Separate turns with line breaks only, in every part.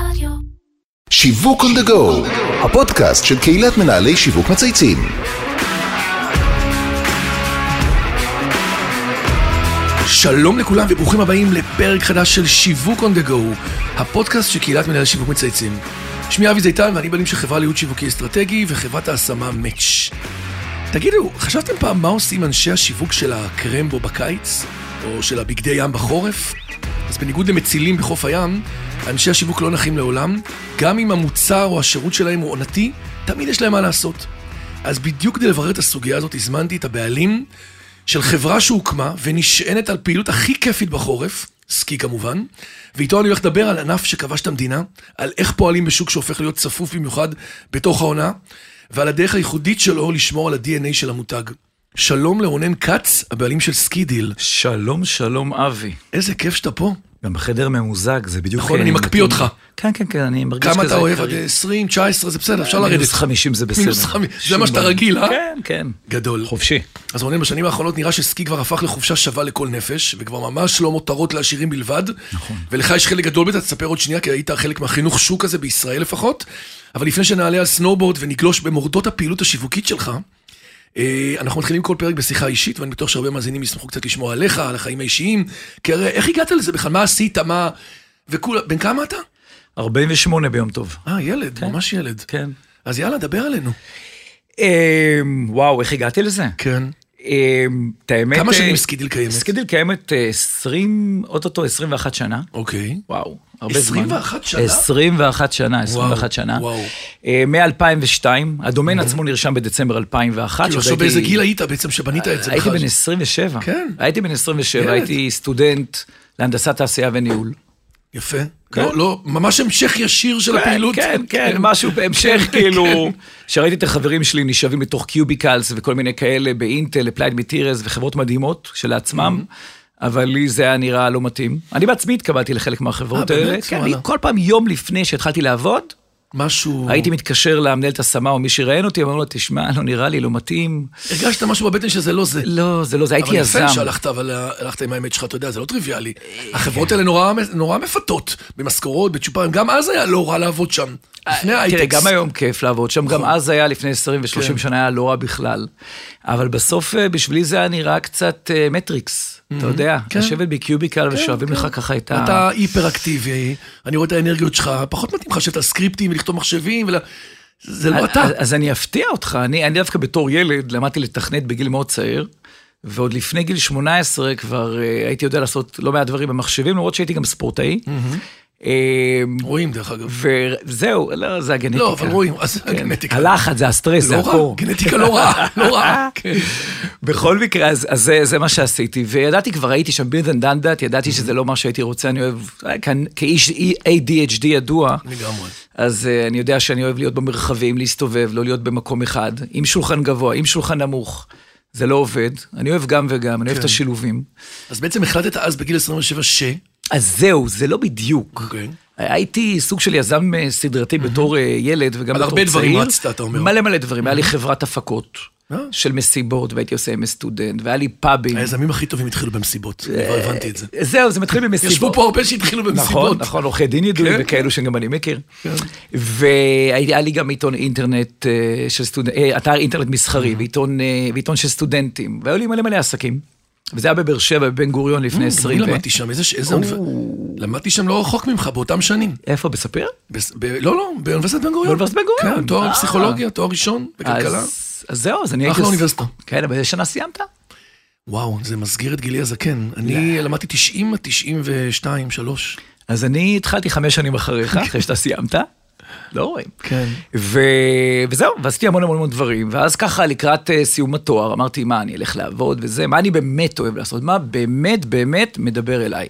רדיו.
שיווק on the go, הפודקאסט של קהילת מנהלי שיווק מצייצים.
שלום לכולם וברוכים הבאים לפרק חדש של שיווק on the go, הפודקאסט של קהילת מנהל שיווק מצייצים. שמי אבי זיתן ואני בעלים של חברה לייעוד שיווקי אסטרטגי וחברת ההשמה Match. תגידו, חשבתם פעם מה עושים אנשי השיווק של הקרמבו בקיץ? או של הבגדי ים בחורף? אז בניגוד למצילים בחוף הים, אנשי השיווק לא נחים לעולם, גם אם המוצר או השירות שלהם הוא עונתי, תמיד יש להם מה לעשות. אז בדיוק כדי לברר את הסוגיה הזאת, הזמנתי את הבעלים של חברה שהוקמה ונשענת על פעילות הכי כיפית בחורף, סקי כמובן, ואיתו אני הולך לדבר על ענף שכבש את המדינה, על איך פועלים בשוק שהופך להיות צפוף במיוחד בתוך העונה, ועל הדרך הייחודית שלו לשמור על ה-DNA של המותג. שלום לרונן כץ, הבעלים של סקי דיל.
שלום, שלום, אבי.
איזה כיף שאתה פה.
גם בחדר ממוזג, זה בדיוק...
נכון, אני מקפיא
מתאים.
אותך.
כן, כן, כן, אני מרגיש כזה...
כמה אתה אוהב? עד
קריר.
20, 19, זה בסדר, אפשר לרדת.
מינוס 50 זה בסדר.
מינוס 50, זה
שום
מה שאתה
בעיה.
רגיל, אה?
כן, כן.
גדול.
חופשי.
אז רונן, בשנים האחרונות נראה שסקי כבר הפך לחופשה שווה לכל נפש, וכבר ממש לא מותרות לעשירים בלבד. נכון. ולך יש חלק גדול בזה, תספר עוד שנייה, כי היית חלק מהחינוך שוק הזה בישראל לפחות. אבל לפני שנעלה על סנובורד ונגלוש במורדות הפעילות השיווקית שלך, אה, אנחנו מתחילים כל פרק בשיחה אישית, ואני בטוח שהרבה מאזינים ישמחו קצת לשמוע עליך, על החיים האישיים. כי הרי, איך הגעת לזה בכלל? מה עשית? מה... וכולה... בן כמה אתה?
48 ביום טוב.
אה, ילד, ממש ילד.
כן.
אז יאללה, דבר עלינו.
אמ, וואו, איך הגעתי לזה?
כן.
אמ, את האמת...
כמה שנים
אה,
סקידיל קיימת?
סקידיל קיימת אה, 20, אוטוטו 21 שנה.
אוקיי.
וואו, הרבה זמן.
21 שנה?
21 שנה, 21
וואו,
שנה.
וואו.
אה, מ-2002, הדומן עצמו נרשם בדצמבר 2001.
כאילו,
שעוד
עכשיו
הייתי-
באיזה גיל היית בעצם שבנית את זה
הייתי
בכלל?
בן 27.
כן.
הייתי בן 27,
ילד.
הייתי סטודנט להנדסת תעשייה וניהול.
יפה.
כן.
לא, לא, ממש המשך ישיר של הפעילות.
כן, כן, כן, משהו בהמשך, כאילו...
כן.
שראיתי את החברים שלי נשאבים לתוך קיוביקלס וכל מיני כאלה באינטל, אפלייד מטירס וחברות מדהימות שלעצמם.
Mm-hmm.
אבל לי זה היה נראה לא מתאים. אני בעצמי התקבלתי לחלק מהחברות
אה, באמת?
האלה. כן, אני
וואלה.
כל פעם יום לפני שהתחלתי לעבוד,
משהו...
הייתי מתקשר למנהלת השמה או מי שראיין אותי, אמרו לו, תשמע, לא נראה לי, לא מתאים.
הרגשת משהו בבטן שזה לא זה.
לא, זה לא זה, הייתי יזם.
אבל יפה שהלכת, אבל אה, הלכת עם האמת שלך, אתה יודע, זה לא טריוויאלי. החברות האלה נורא, נורא מפתות, במשכורות, בצ'ופרים, גם אז היה לא רע לעבוד שם. לפני
אה, תראה,
ההייטקס.
גם היום כיף לעבוד שם, גם אז היה לפני 20
נכון. כן.
ו-30 שנה היה לא רע בכלל. אבל בסוף, אה, בשבילי זה היה נראה קצת אה, מטריקס, אתה יודע,
כן.
לשבת בקיוביקל ושואבים לך ככה את ה...
אתה היפראקטיבי, אני רואה את האנרגיות שלך, פחות מתאים לך לשבת על סקריפטים ולכתוב מחשבים, ול... זה לא
אז-
אתה.
אז- אז אני אפתיע אותך, אני אני דווקא בתור ילד למדתי לתכנת בגיל מאוד צעיר. ועוד לפני גיל 18 כבר אה, הייתי יודע לעשות לא מעט דברים במחשבים, למרות שהייתי גם ספורטאי.
Mhm.
אה,
רואים, דרך אגב.
וזהו, לא, זה הגנטיקה.
לא, אבל רואים, אז
כן.
הגנטיקה.
הלחץ, זה הסטרס, זה
לא רע,
הקור.
גנטיקה לא רעה, לא רעה.
בכל מקרה, אז, אז זה, זה מה שעשיתי, וידעתי כבר, הייתי שם בירד אנד דנדט,
Mm-hmm.
ידעתי שזה לא מה שהייתי רוצה, אני אוהב, אה, כאן, כאיש ADHD ידוע,
לגמרי.
אז uh, אני יודע שאני אוהב להיות במרחבים, להסתובב, לא להיות במקום אחד, עם שולחן גבוה, עם שולחן נמוך, זה לא עובד, אני אוהב גם וגם,
כן.
אני אוהב את השילובים.
אז בעצם החלטת אז בגיל 27 ש...
אז זהו, זה לא בדיוק.
אוקיי.
הייתי סוג של יזם אה, סדרתי בתור אה, ילד וגם
על
בתור צעיר.
הרבה דברים רצת, אתה אומר. Mm-hmm.
מלא מלא דברים. היה לי חברת הפקות
אה.
של מסיבות, והייתי עושה עם סטודנט, והיה לי פאבים.
היזמים הכי טובים התחילו במסיבות, אני כבר הבנתי את זה.
זהו, זה מתחיל במסיבות.
ישבו פה הרבה שהתחילו במסיבות.
אה, נכון, נכון, עורכי דין ידועים
כן.
וכאלו שגם אני מכיר.
כן.
והיה לי גם עיתון אינטרנט אה, של סטודנט, אה, אתר אינטרנט מסחרי, ועיתון, אה, ועיתון של סטודנטים, והיו לי מלא מלא עסקים. וזה היה בבאר שבע, בבן גוריון לפני
אני
20 ו...
אה, למדתי שם, איזה... איזה אוניבר- למדתי שם לא רחוק ממך, באותם שנים.
איפה, בספיר?
בס- ב- לא, לא, באוניברסיטת בן גוריון.
באוניברסיטת בן גוריון.
כן, תואר
אה.
פסיכולוגיה, תואר ראשון בכלכלה.
אז, אז זהו, אז אני
אחלה
הייתי...
אוניברסיטה.
כן, אבל איזה שנה סיימת?
וואו, זה מסגיר את גילי הזקן.
לא.
אני למדתי 90 עד 92, 3.
אז אני התחלתי חמש שנים אחריך, אחרי שאתה סיימת. לא רואים.
כן.
ו... וזהו, ועשיתי המון המון המון דברים, ואז ככה לקראת אה, סיום התואר, אמרתי, מה, אני אלך לעבוד וזה, מה אני באמת אוהב לעשות, מה באמת באמת מדבר אליי.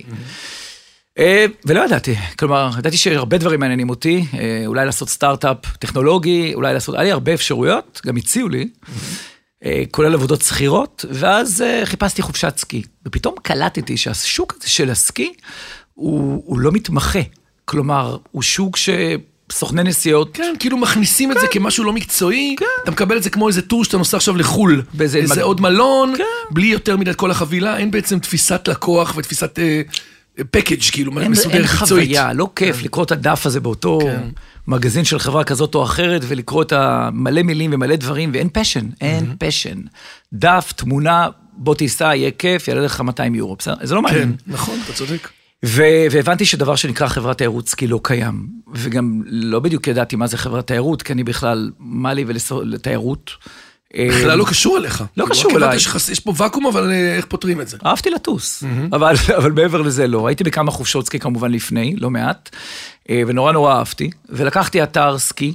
אה, ולא ידעתי, כלומר, ידעתי שהרבה דברים מעניינים אותי, אה, אולי לעשות סטארט-אפ טכנולוגי, אולי לעשות, היה לי הרבה אפשרויות, גם הציעו לי, אה, כולל עבודות שכירות, ואז אה, חיפשתי חופשת סקי, ופתאום קלטתי שהשוק הזה של הסקי הוא, הוא לא מתמחה, כלומר, הוא שוק שסוכני נסיעות...
כן, כאילו מכניסים את זה
כן.
כמשהו לא מקצועי, אתה מקבל את זה כמו איזה טור שאתה נוסע עכשיו לחו"ל.
באיזה
איזה
מג-
עוד מלון,
כן.
בלי יותר מדי את כל החבילה, אין בעצם תפיסת לקוח ותפיסת אה, פקאג' כאילו,
אין-
מסודר
אין
מקצועית. כן.
חוויה, לא כיף לקרוא את הדף הזה באותו מגזין של חברה כזאת או אחרת, ולקרוא את המלא מילים ומלא דברים, ואין פשן,
Mm-hmm.
אין פשן. דף, תמונה, בוא תיסע, יהיה כיף, יעלה לך 200 יורו, בסדר? זה לא
כן,
מעניין.
נכון, אתה צודק.
ו- והבנתי שדבר שנקרא חברת תיירות סקי לא קיים. וגם לא בדיוק ידעתי מה זה חברת תיירות, כי אני בכלל, מה לי ולתיירות? אה,
בכלל לא קשור אליך. כאילו, רק
קשור
הבנת
אליי.
שחס- יש פה ואקום, אבל אה, איך פותרים את זה?
אהבתי לטוס, אבל, אבל מעבר לזה לא. הייתי בכמה חופשות סקי כמובן לפני, לא מעט, אה, ונורא נורא אהבתי, ולקחתי אתר סקי,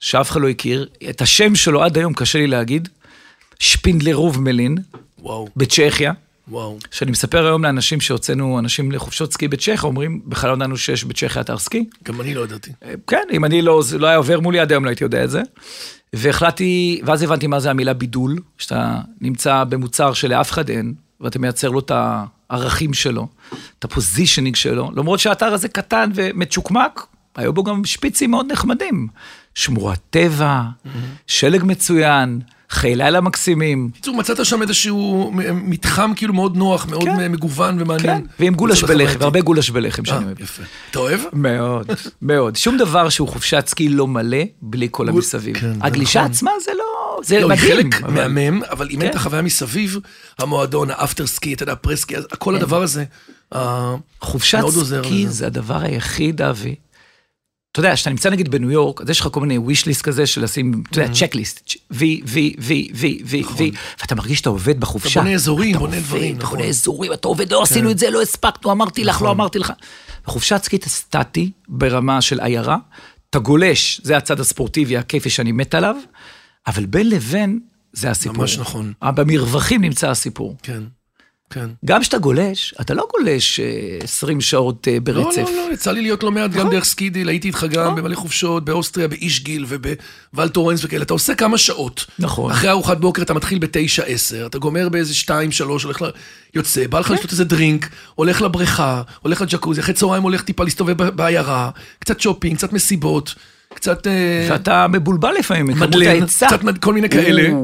שאף אחד לא הכיר, את השם שלו עד היום קשה לי להגיד, שפינדלרוב מלין,
וואו,
בצ'כיה.
וואו.
שאני מספר היום לאנשים שהוצאנו אנשים לחופשות סקי בצ'כיה, אומרים, בכלל לא ידענו שיש בצ'כיה אתר סקי.
גם אני לא ידעתי.
כן, אם אני לא, זה לא היה עובר מולי עד היום, לא הייתי יודע את זה. והחלטתי, ואז הבנתי מה זה המילה בידול, שאתה נמצא במוצר שלאף אחד אין, ואתה מייצר לו את הערכים שלו, את הפוזישנינג שלו, למרות שהאתר הזה קטן ומצ'וקמק, היו בו גם שפיצים מאוד נחמדים. שמורת טבע, שלג מצוין, חיי לילה מקסימים.
בקיצור, מצאת שם איזשהו מ- מתחם כאילו מאוד נוח, מאוד
כן.
מ- מגוון ומעניין.
כן, ועם גולש
מצד
בלחם,
החווייתי.
והרבה גולש בלחם שאני
לא אה,
אוהב.
יפה. אתה אוהב?
מאוד, מאוד. שום דבר שהוא חופשת סקי לא מלא, בלי כל המסביב.
כן, זה
הגלישה עצמה זה לא... זה
לא, היא
מדהים.
חלק
אבל-
מהמם, אבל אם אין את
כן.
החוויה מסביב, המועדון, האפטר סקי, אתה יודע, הפרסקי, אז
כן.
כל הדבר הזה, אה,
חופשת
מאוד עוזר
סקי
לזה.
זה הדבר היחיד, אבי. אתה יודע, כשאתה נמצא נגיד בניו יורק, אז יש לך כל מיני wish list כזה של לשים, אתה
Mm-hmm.
יודע, צ'קליסט, וי, וי, וי, וי, וי, וי, ואתה מרגיש שאתה עובד בחופשה.
נכון. בונה אזורים,
אתה
בונה
עובד,
דברים,
אתה
נכון.
בונה אזורים, אתה עובד, לא עשינו את זה, לא הספקנו, אמרתי לך, לא אמרתי לך. בחופשת סקי אתה סטטי ברמה של עיירה, אתה גולש, זה הצד הספורטיבי הכיפי שאני מת עליו, אבל בין לבין זה הסיפור. אה,
ממש נכון.
במרווחים נמצא הסיפור.
כן, כן.
גם כשאתה גולש, אתה לא גולש אה, 20 שעות אה,
לא,
ברצף.
לא, לא, יצא לי להיות לא מעט
נכון.
גם דרך סקידיל, הייתי איתך גם במלא חופשות, באוסטריה, באיש גיל ובוואל טורנס וכאלה. אתה עושה כמה שעות.
נכון.
אחרי ארוחת בוקר אתה מתחיל בתשע, עשר, אתה גומר באיזה שתיים, שלוש, הולך ל... יוצא, בא
כן.
לך לשתות איזה דרינק, הולך לבריכה, הולך לג'קוזי, אחרי צהריים הולך טיפה להסתובב ב- בעיירה, קצת שופינג, קצת מסיבות, קצת... אה,
ואתה מבולבל לפעמים מכמות
מדלן,
ההיצע.
קצת מד- כל מיני כאלה.
או,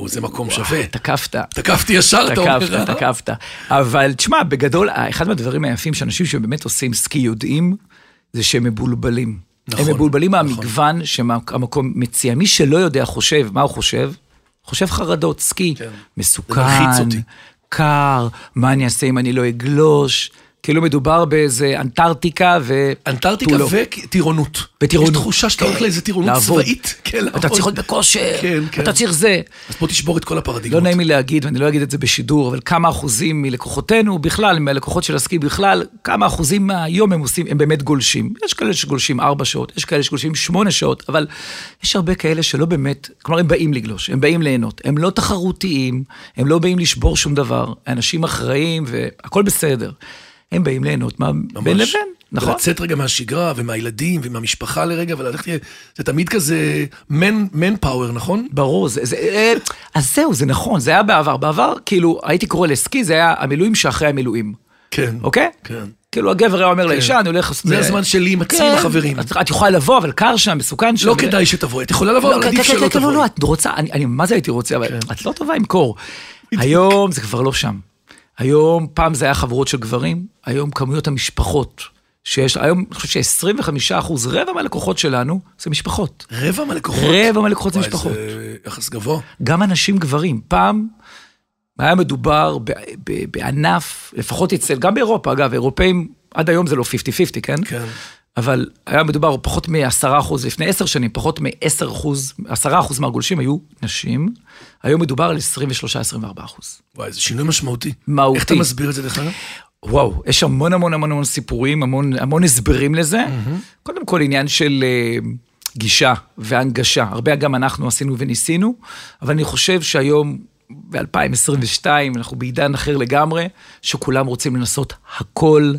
או, זה מקום שווה.
תקפת.
תקפתי ישר, אתה אומר. אה?
תקפת, תקפת. אבל תשמע, בגדול, אה, אחד מהדברים היפים שאנשים שבאמת עושים סקי יודעים, זה שהם מבולבלים.
נכון,
הם מבולבלים
נכון.
מהמגוון שהמקום מציע. מי שלא יודע חושב, מה הוא חושב? חושב חרדות, סקי.
כן. זה מלחיץ
מסוכן,
אותי.
קר, מה אני אעשה אם אני לא אגלוש? כאילו מדובר באיזה אנטארקטיקה ו... לא.
אנטארקטיקה
טולו.
וטירונות.
בטירונות.
יש תחושה שאתה הולך
כן.
לאיזה טירונות
לעבוד.
צבאית. כן,
אתה
לעבוד.
צריך להיות בכושר,
כן, כן.
אתה צריך זה.
אז בוא תשבור את כל
לא
הפרדיגמות.
נעים לי להגיד, ואני לא אגיד את זה בשידור, אבל כמה אחוזים מלקוחותינו בכלל, מהלקוחות של הסקי בכלל, כמה אחוזים מהיום הם עושים, הם באמת גולשים. יש כאלה שגולשים 4 שעות, יש כאלה שגולשים 8 שעות, אבל יש הרבה כאלה שלא באמת, כלומר, הם באים לגלוש, הם באים ליהנות. הם לא תחרותיים, הם לא באים לשבור שום דבר, אנשים אחראיים והכול בסדר. הם באים ליהנות מה בין
ממש.
לבין, נכון?
ולצאת רגע מהשגרה ומהילדים ומהמשפחה לרגע וללכת, זה תמיד כזה מן פאוור, נכון?
ברור, זה, זה, אה, אז זהו, זה נכון, זה היה בעבר. בעבר, כאילו, הייתי קורא לסקי, זה היה המילואים שאחרי המילואים,
כן.
אוקיי?
כן.
כאילו, הגבר היה אומר לאישה, אני הולך... כן.
זה הזמן שלי עם עצמי, עם החברים.
את- את יכולה לבוא, אבל קר שם, מסוכן שם.
לא כדאי שתבואי, את יכולה לבוא,
לא,
אבל
כן,
עדיף
כן,
שלא כן.
כן, לא,
תבואי.
לא, את רוצה, אני, אני מה זה הייתי רוצה, אבל את לא טובה עם קור. היום זה כבר לא שם. היום, פעם זה היה חבורות של גברים, היום כמויות המשפחות שיש, היום אני חושב ש-25 אחוז, רבע מהלקוחות שלנו, זה משפחות.
רבע מהלקוחות.
רבע מהלקוחות זה
וואי,
משפחות.
זה יחס גבוה.
גם אנשים גברים. פעם היה מדובר ב- ב- בענף, לפחות אצל, גם באירופה, אגב, אירופאים, עד היום זה לא 50-50, כן?
כן.
אבל היה מדובר פחות מ-10%, לפני 10 שנים, פחות מ-10%, 10% מהגולשים היו נשים, היום מדובר על 23-24%.
וואי, זה שינוי משמעותי.
מהותי.
איך אתה מסביר את זה דרך אגב?
וואו, יש המון המון המון המון סיפורים, המון, המון הסברים לזה. Mm-hmm. קודם כל עניין של אה, גישה והנגשה, הרבה גם אנחנו עשינו וניסינו, אבל אני חושב שהיום, ב-2022, אנחנו בעידן אחר לגמרי, שכולם רוצים לנסות הכל.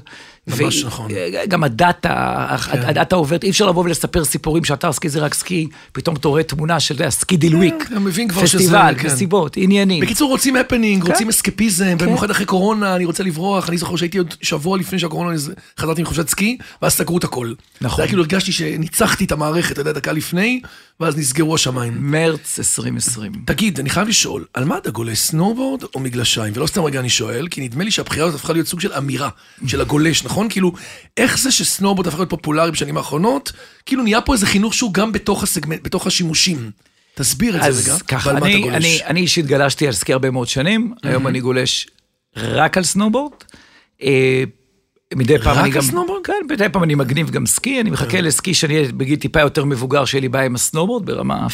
ממש נכון.
אה, גם הדאטה, כן. הדאטה עוברת, אי אפשר לבוא ולספר סיפורים שאתר סקי זה רק סקי, פתאום אתה רואה תמונה של אתה יודע, סקי דיל וויק,
אתה כן, מבין כבר שזה-
פסטיבל,
כן.
מסיבות, עניינים.
בקיצור, רוצים הפנינג,
כן.
רוצים אסקפיזם, במיוחד אחרי קורונה, אני רוצה לברוח, אני זוכר שהייתי עוד שבוע לפני שהקורונה, אני ז- חזרתי מחופשת סקי, ואז סגרו את הכל.
נכון.
זה היה כאילו הרגשתי שניצחתי את המערכת, אתה יודע, דקה לפני, ואז נסגרו השמיים.
מרץ 2020.
תגיד, אני חייב לשאול, על מה אתה גולש, סנובורד או מגלשיים? ולא סתם רגע אני שואל, כי נדמה לי שהבחירה הזאת הפכה להיות סוג של אמירה, של הגולש, נכון? כאילו, איך זה שסנובורד הפך להיות פופולרי בשנים האחרונות? כאילו, נהיה פה איזה חינוך שהוא גם בתוך הסגמנט, בתוך השימושים. תסביר את זה רגע,
אז ככה,
ועל מה אתה
אני,
גולש.
אני, אני אישית גלשתי על סקי הרבה מאוד שנים, היום אני גולש רק על סנובורד. אה, מדי פעם
רק
אני
על
גם...
סנובורד? כן.
כן, מדי פעם אני מגניב גם סקי, אני מחכה לסקי שאני אהיה בגיל טיפה יותר מבוגר, שיהיה לי בעיה עם הסנובורד ברמה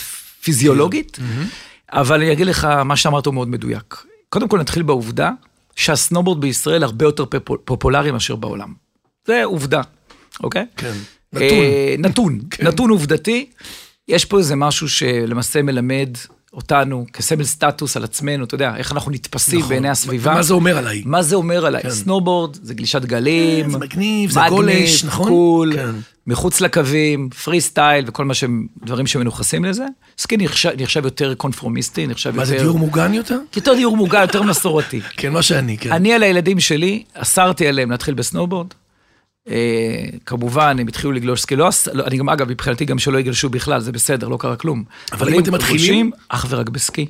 פיזיולוגית.
כן.
אבל אני אגיד לך, מה שאמרת הוא מאוד מדויק. קודם כל נתחיל בעובדה שהסנובורד בישראל הרבה יותר פופ- פופולרי מאשר בעולם. זה עובדה, אוקיי?
כן,
נתון. נתון, נתון עובדתי. יש פה איזה משהו שלמעשה מלמד אותנו כסמל סטטוס על עצמנו, אתה יודע, איך אנחנו נתפסים
נכון.
בעיני הסביבה.
מה זה אומר עליי?
מה זה אומר עליי? סנובורד, זה גלישת גלים.
כן, זה מגניב, זה
מגניב,
גולש, נכון?
קול,
כן.
מחוץ לקווים, פרי סטייל וכל מה שהם, דברים שמנוכסים לזה. סקי נחשב, נחשב יותר קונפורמיסטי, נחשב יותר...
מה זה דיור מוגן יותר?
יותר דיור מוגן, יותר מסורתי.
כן, מה שאני, כן.
אני על הילדים שלי, אסרתי עליהם להתחיל בסנובורד. אה, כמובן, הם התחילו לגלוש סקי, לא, אס- לא, אני גם, אגב, מבחינתי גם שלא יגלשו בכלל, זה בסדר, לא קרה כלום.
אבל אם אתם מתחילים-
גולשים, אך ורק בסקי.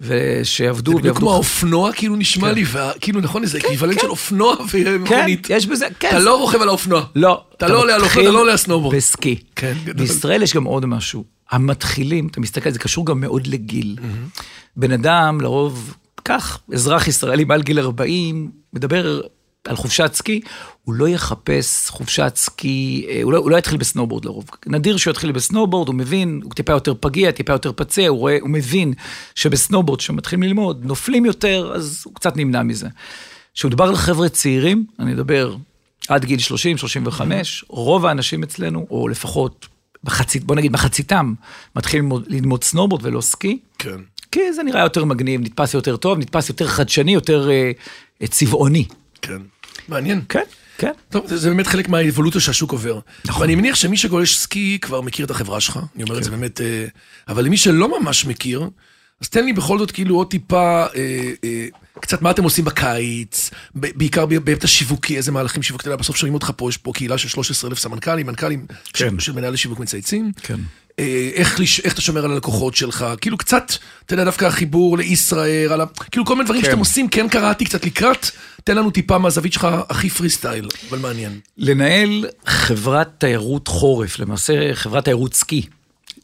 ושיעבדו,
בדיוק כמו האופנוע, כאילו נשמע לי, וה- כאילו, נכון, זה אקוויבלנט של אופנוע
כן,
ומכונית.
יש בזה, כן.
אתה
זה-
לא רוכב על האופנוע.
לא.
אתה לא עולה על אופנוע, אתה
מתחיל
לא עולה על סנובורד.
בסקי.
כן, גדול.
בישראל יש גם עוד משהו. המתחילים, אתה מסתכל, זה קשור גם מאוד לגיל. בן אדם, לרוב, כך, אזרח ישראלי מעל גיל 40, מדבר על חופשת סקי, הוא לא יחפש חופשת סקי, אה, הוא לא, הוא לא יתחיל בסנובורד לרוב. נדיר שהוא יתחיל בסנובורד, הוא מבין, הוא טיפה יותר פגיע, טיפה יותר פצע, הוא, רואה, הוא מבין שבסנובורד, כשמתחילים ללמוד, נופלים יותר, אז הוא קצת נמנע מזה. כשמדובר על חבר'ה צעירים, אני מדבר עד גיל 30, 35, רוב האנשים אצלנו, או לפחות מחצית, בוא נגיד מחציתם, מתחילים ללמוד- ללמוד סנובורד ולא סקי,
כן.
כי זה נראה יותר מגניב, נתפס יותר טוב, נתפס יותר חדשני, יותר אה, אה, צבעוני.
כן. מעניין.
כן, כן.
טוב, זה, זה באמת חלק מהאבולוציה שהשוק עובר. נכון. ואני מניח שמי שגולש סקי כבר מכיר את החברה שלך, אני אומר את זה
כן.
באמת, אה, אבל למי שלא ממש מכיר, אז תן לי בכל זאת כאילו עוד טיפה, אה, אה, קצת מה אתם עושים בקיץ, ב- בעיקר ב- בהיבט השיווקי, איזה מהלכים שיווקי, אתה יודע, בסוף שומעים אותך פה, יש פה קהילה של 13,000 סמנכ"לים, מנכ"לים
כן.
של, של מנהלי שיווק מצייצים.
כן.
אה, איך, לש- איך אתה שומר על הלקוחות שלך, כאילו קצת, אתה יודע, דווקא החיבור לישראל, על ה... כאילו כל מיני דברים
כן.
שאתם עושים, כן קראתי קצת לקראת, תן לנו טיפה מהזווית שלך הכי פרי סטייל, אבל מעניין.
לנהל חברת תיירות חורף, למעשה חברת תיירות סקי,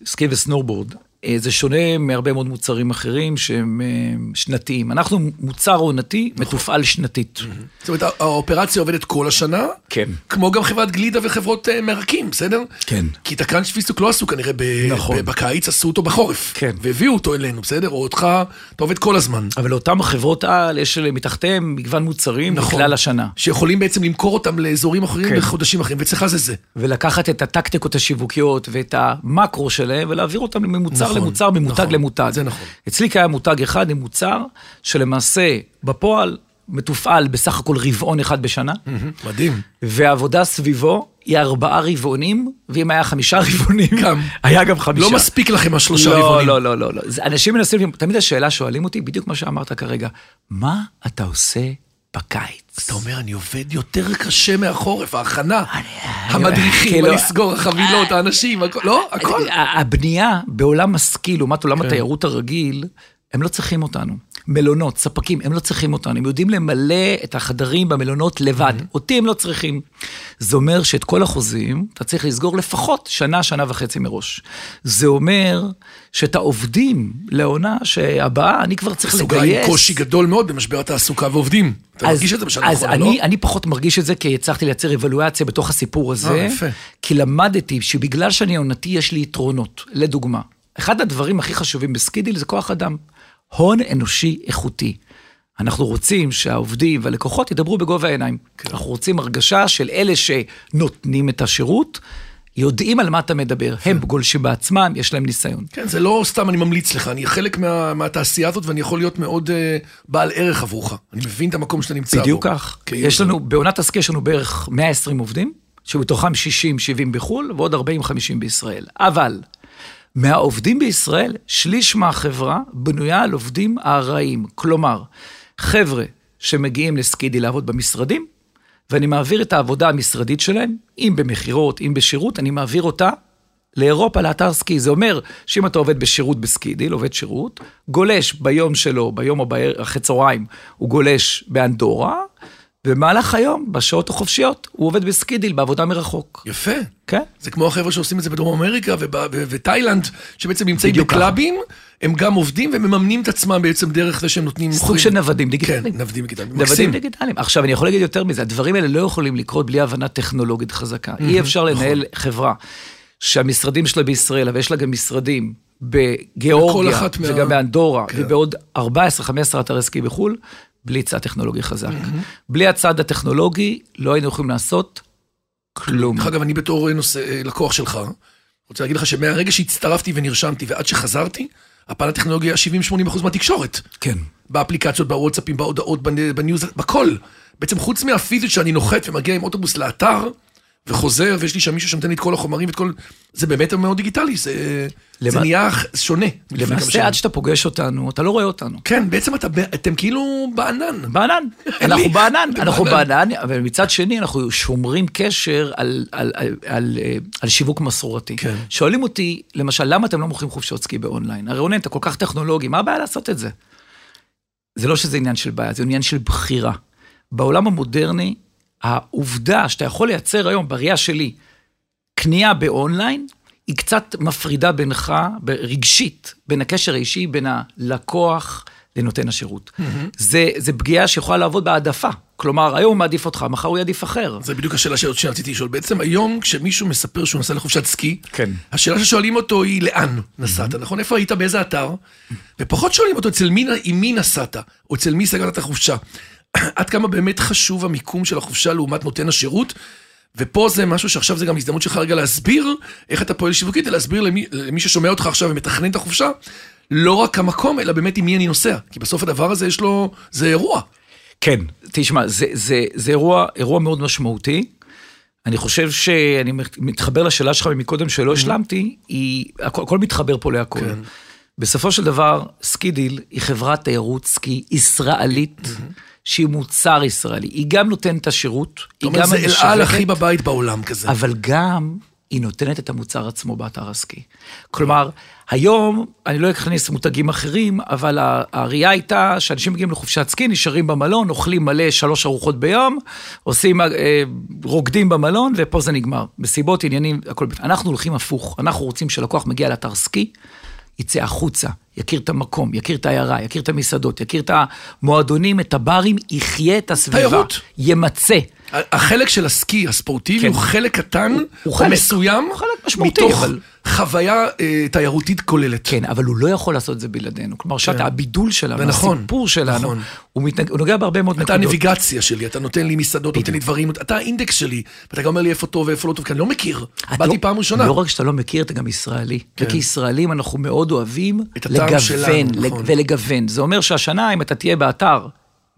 סקי וסנורבורד, אה, זה שונה מהרבה מאוד מוצרים אחרים שהם אה, שנתיים. אנחנו מוצר עונתי, מתופעל שנתית.
זאת אומרת, הא- האופרציה עובדת כל השנה,
כן.
כמו גם חברת גלידה וחברות אה, מרקים, בסדר?
כן.
כי את הקראנץ' פיסטוק לא עשו כנראה ב...
נכון.
ב- בקיץ, עשו אותו בחורף.
כן.
והביאו אותו אלינו, בסדר? או אותך, אתה עובד כל הזמן.
אבל לאותם חברות על, יש להם מתחתיהם מגוון מוצרים
נכון.
בכלל השנה.
שיכולים בעצם למכור אותם לאזורים אחרים
כן.
בחודשים אחרים, ואצלך זה זה.
ולקחת את הטקטיקות השיווקיות ואת המקרו שלהם ולהעביר אותם ממוצר
נכון,
למוצר, ממותג
נכון,
למותג.
זה נכון.
אצלי קיים מותג אחד עם מוצר שלמעשה בפועל מתופעל בסך הכל רבעון אחד בשנה,
מדהים.
והעבודה סביבו היא ארבעה רבעונים, ואם היה חמישה רבעונים,
גם.
היה גם חמישה.
לא מספיק לכם השלושה רבעונים.
לא, לא, לא, לא. זה- אנשים מנסים, תמיד השאלה שואלים אותי, בדיוק מה שאמרת כרגע, מה אתה עושה בקיץ?
אתה אומר, אני עובד יותר קשה מהחורף, ההכנה,
אני-
המדריכים,
כאילו- אה,
לסגור החבילות, האנשים, הכל, לא, הכל. כן.
ה- הבנייה בעולם הסקי, לעומת עולם התיירות הרגיל, הם לא צריכים אותנו. מלונות, ספקים, הם לא צריכים אותנו. הם יודעים למלא את החדרים במלונות לבד. אותי הם לא צריכים. זה אומר שאת כל החוזים אתה צריך לסגור לפחות שנה, שנה וחצי מראש. זה אומר שאת העובדים לעונה שהבאה, אני כבר צריך אה, לגייס.
סוגריים קושי גדול מאוד במשבר התעסוקה ועובדים. אתה
אז-
מרגיש את זה בשנה
אז
האחרונה, לא?
אני, אני פחות מרגיש את זה, כי הצלחתי לייצר אבלואציה בתוך הסיפור
אה,
הזה,
יפה.
כי למדתי שבגלל שאני עונתי, יש לי יתרונות. לדוגמה, אחד הדברים הכי חשובים בסקידיל זה כוח אדם. הון אנושי איכותי. אנחנו רוצים שהעובדים והלקוחות ידברו בגובה העיניים. כן. אנחנו רוצים הרגשה של אלה שנותנים את השירות, יודעים על מה אתה מדבר. הם גולשים בעצמם, יש להם ניסיון.
כן, זה לא סתם אני ממליץ לך, אני חלק מה, מהתעשייה הזאת ואני יכול להיות מאוד אה, בעל ערך עבורך. אני מבין את המקום שאתה נמצא
בדיוק
בו.
כך.
כן,
יש לנו, בעונת הסקי יש לנו בערך 120 עובדים, שמתוכם 60-70 בחו"ל ועוד 40-50 בישראל. אבל מהעובדים בישראל, שליש מהחברה בנויה על עובדים ארעיים. כלומר, חבר'ה שמגיעים לסקידי לעבוד במשרדים, ואני מעביר את העבודה המשרדית שלהם, אם במכירות, אם בשירות, אני מעביר אותה לאירופה, לאתר סקי. זה אומר שאם אתה עובד בשירות בסקידיל, עובד שירות, גולש ביום שלו, ביום או בער- אחרי צהריים, הוא גולש באנדורה, ובמהלך היום, בשעות החופשיות, הוא עובד בסקידיל בעבודה מרחוק.
יפה.
כן?
זה כמו החבר'ה שעושים את זה בדרום אמריקה וב- ו- ותאילנד, שבעצם נמצאים
בדיוק
בקלאבים, הם גם עובדים ומממנים את עצמם בעצם דרך זה שהם נותנים...
סוג של נוודים דיגיטליים.
כן, נוודים דיגיטליים.
נוודים
מקסים.
דיגיטליים. עכשיו, אני יכול להגיד יותר מזה, הדברים האלה לא יכולים לקרות בלי הבנה טכנולוגית חזקה. אי אפשר
נכון.
לנהל חברה שהמשרדים שלה בישראל, אבל יש לה גם משרדים
בכל
בגיאורגיה,
אחת מה-
וגם באנדורה,
כן.
ובעוד 14-15 אתרי סקי בחו"ל, בלי צד טכנולוגי חזק. בלי הצד הטכנולוגי, לא היינו יכולים לעשות כלום.
דרך אגב, אני בתור אה, נושא, לקוח שלך, רוצה להגיד לך שמהרגע שהצטרפתי ונרשמתי ועד שחזרתי, הפן הטכנולוגי היה 70-80% מהתקשורת.
כן.
באפליקציות, בוואטסאפים, בהודעות, בנ- בניוז, בכל. בעצם חוץ מהפיזית שאני נוחת ומגיע עם אוטובוס לאתר, וחוזר, ויש לי שם מישהו שנותן לי את כל החומרים ואת כל... זה באמת מאוד דיגיטלי, זה, אה,
למע-
זה נהיה ח- שונה. מלפני כמה שנים.
למעשה, עד שאתה פוגש אותנו, אתה לא רואה אותנו.
כן, בעצם אתה, ב- אתם כאילו בענן.
בענן,
אין לי.
אנחנו בענן,
אתם
אנחנו
בענן.
בענן, אבל מצד שני אנחנו שומרים קשר על, על, על, על, אה, על שיווק מסורתי.
כן.
שואלים אותי, למשל, למה אתם לא מוכרים חופשות סקי באונליין? הרי רונן, אתה כל כך טכנולוגי, מה הבעיה לעשות את זה? זה לא שזה עניין של בעיה, זה עניין של בחירה. בעולם המודרני, העובדה שאתה יכול לייצר היום, בראייה שלי, קנייה באונליין, היא קצת מפרידה בינך, ב- רגשית, בין הקשר האישי, בין הלקוח לנותן השירות. זה, זה פגיעה שיכולה לעבוד בהעדפה. כלומר, היום הוא מעדיף אותך, מחר הוא יעדיף אחר.
זה בדיוק השאלה שעוד שרציתי לשאול. בעצם היום, כשמישהו מספר שהוא נסע לחופשת סקי,
כן. Mm-hmm.
השאלה ששואלים אותו היא לאן נסעת, נכון? איפה היית, באיזה אתר? ופחות שואלים אותו אצל מי, עם מי נסעת, או אצל מי סגרת את החופשה. עד כמה באמת חשוב המיקום של החופשה לעומת נותן השירות? ופה זה משהו שעכשיו זה גם הזדמנות שלך רגע להסביר איך אתה פועל שיווקית, להסביר למי, למי ששומע אותך עכשיו ומתכנן את החופשה, לא רק המקום, אלא באמת עם מי אני נוסע. כי בסוף הדבר הזה יש לו, זה אירוע.
כן. תשמע, זה, זה, זה אירוע, אירוע מאוד משמעותי. אני חושב שאני מתחבר לשאלה שלך מקודם
Mm-hmm.
שלא השלמתי, היא, הכל, הכל מתחבר פה להכל. כן. בסופו של דבר, סקידיל היא חברת תיירות סקי ישראלית,
Mm-hmm.
שהיא מוצר ישראלי. היא גם נותנת את השירות,
זאת
היא
אומרת,
גם
זה אל על הכי
המשווקת,
בבית בעולם כזה.
אבל גם היא נותנת את המוצר עצמו באתר הסקי. כלומר, היום, אני לא אכניס מותגים אחרים, אבל ה- הראייה הייתה שאנשים מגיעים לחופשת סקי, נשארים במלון, אוכלים מלא שלוש ארוחות ביום, עושים, אה, רוקדים במלון, ופה זה נגמר. מסיבות, עניינים, הכל. אנחנו הולכים הפוך, אנחנו רוצים שלקוח מגיע לאתר סקי, יצא החוצה, יכיר את המקום, יכיר את העיירה, יכיר את המסעדות, יכיר את המועדונים, את הברים, יחיה את הסביבה.
תיירות.
ימצה.
החלק של הסקי הספורטיבי
כן.
הוא חלק קטן,
הוא חלק.
מסוים,
הוא חלק משמעותי,
מתוך
אבל-
חוויה אה, תיירותית כוללת.
כן, אבל הוא לא יכול לעשות את זה בלעדינו. כלומר, שאתה, הבידול שלנו,
זה נכון,
הסיפור שלנו,
כן. נכון.
הוא, מתנג... הוא נוגע בהרבה מאוד
אתה
נקודות.
הנביגציה שלי, אתה נותן לי מסעדות, נותן לי דברים, אתה האינדקס שלי, ואתה גם אומר לי איפה טוב ואיפה לא טוב, כי אני לא מכיר.
אתה
באתי
לא-
פעם ראשונה. כן.
לא רק שאתה לא מכיר, אתה גם ישראלי. וכישראלים אנחנו מאוד אוהבים
את הטעם
לגוון,
שלנו,
לג-
נכון.
ולגוון. זה אומר שהשנה, אם אתה תהיה באתר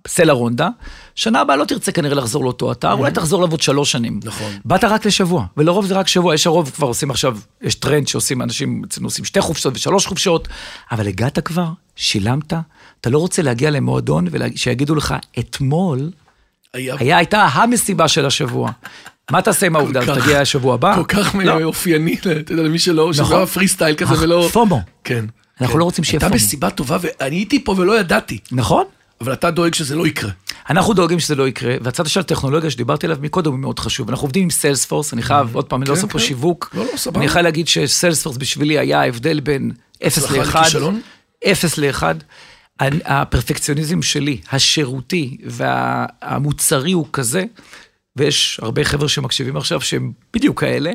סלע רונדה, שנה הבאה לא תרצה כנראה לחזור לאותו אתר, אולי תחזור לעבוד שלוש שנים.
נכון.
באת רק לשבוע, ולרוב זה רק שבוע, יש הרוב כבר עושים עכשיו, יש טרנד שעושים, אנשים אצלנו עושים שתי חופשות ושלוש חופשות, אבל הגעת כבר, שילמת, אתה לא רוצה להגיע למועדון ושיגידו לך, אתמול
היה
היה, הייתה המסיבה של השבוע. מה תעשה עם העובדה?
כך-
שתגיע השבוע הבא?
כל כך
לא.
אופייני, אתה יודע, למי שלא, שזה
נכון.
היה פרי סטייל כזה
אך,
ולא...
פומו.
כן.
אנחנו
כן.
לא רוצים שיהיה
הייתה
פומו.
מסיבה טובה, ואני הייתי פה ולא ידעתי,
נכון?
אבל אתה דואג שזה לא יקרה.
אנחנו דואגים שזה לא יקרה, והצד של הטכנולוגיה שדיברתי עליו מקודם הוא מאוד חשוב. אנחנו עובדים עם סיילספורס, אני חייב, עוד פעם, אני לא
כן,
עושה פה
כן.
שיווק.
לא, לא, סבבה.
אני חייב להגיד שסיילספורס בשבילי היה ההבדל בין 0
הצלחה
ל-1.
לכישלון?
0 ל-1. הפרפקציוניזם שלי, השירותי והמוצרי הוא כזה, ויש הרבה חבר'ה שמקשיבים עכשיו שהם בדיוק כאלה,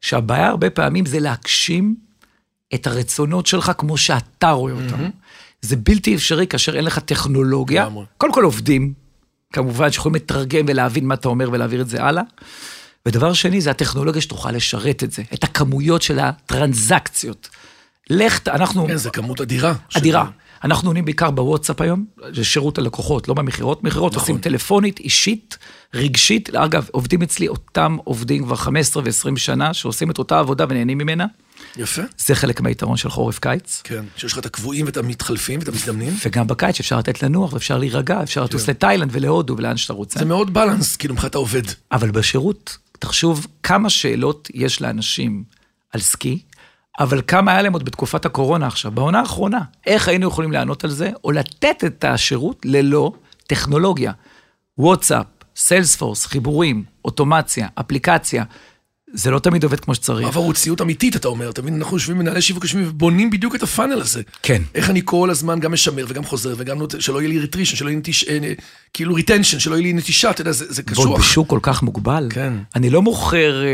שהבעיה הרבה פעמים זה להגשים את הרצונות שלך כמו שאתה רואה אותם. זה בלתי אפשרי כאשר אין לך טכנולוגיה.
לגמרי.
קודם כל עובדים, כמובן, שיכולים לתרגם ולהבין מה אתה אומר ולהעביר את זה הלאה. ודבר שני, זה הטכנולוגיה שתוכל לשרת את זה, את הכמויות של הטרנזקציות. לך, ת- אנחנו...
כן, זו כמות אדירה.
אדירה. אנחנו עונים בעיקר בוואטסאפ היום, זה שירות הלקוחות, לא במכירות. מכירות נכון. עושים טלפונית, אישית, רגשית. אגב, עובדים אצלי אותם עובדים כבר 15 ו-20 שנה, שעושים את אותה עבודה ונהנים ממנה.
יפה.
זה חלק מהיתרון של חורף-קיץ.
כן, שיש לך את הקבועים ואת המתחלפים ואת המזדמנים.
וגם בקיץ אפשר לתת לנוח, ואפשר להירגע, אפשר לטוס לתאילנד ולהודו ולאן שאתה רוצה.
כן. זה מאוד בלנס, כאילו, מבחינת העובד.
אבל בשירות, תחשוב כמה שאלות יש לאנשים על סקי, אבל כמה היה להם עוד בתקופת הקורונה עכשיו, בעונה האחרונה. איך היינו יכולים לענות על זה, או לתת את השירות ללא טכנולוגיה. וואטסאפ, סיילספורס, חיבורים, אוטומציה, אפליקציה, זה לא תמיד עובד כמו שצריך.
אבל רוציות אמיתית, אתה אומר, אתה מבין? אנחנו יושבים, מנהלי שיווק יושבים ובונים בדיוק את הפאנל הזה.
כן.
איך אני כל הזמן גם משמר וגם חוזר, וגם נות... שלא יהיה לי רטרישן, שלא יהיה נטיש... אה, כאילו ריטנשן, שלא יהיה לי נטישה, אתה יודע, זה, זה קשוח.
ועוד בשוק כל כך מוגבל.
כן.
אני לא מוכר אה,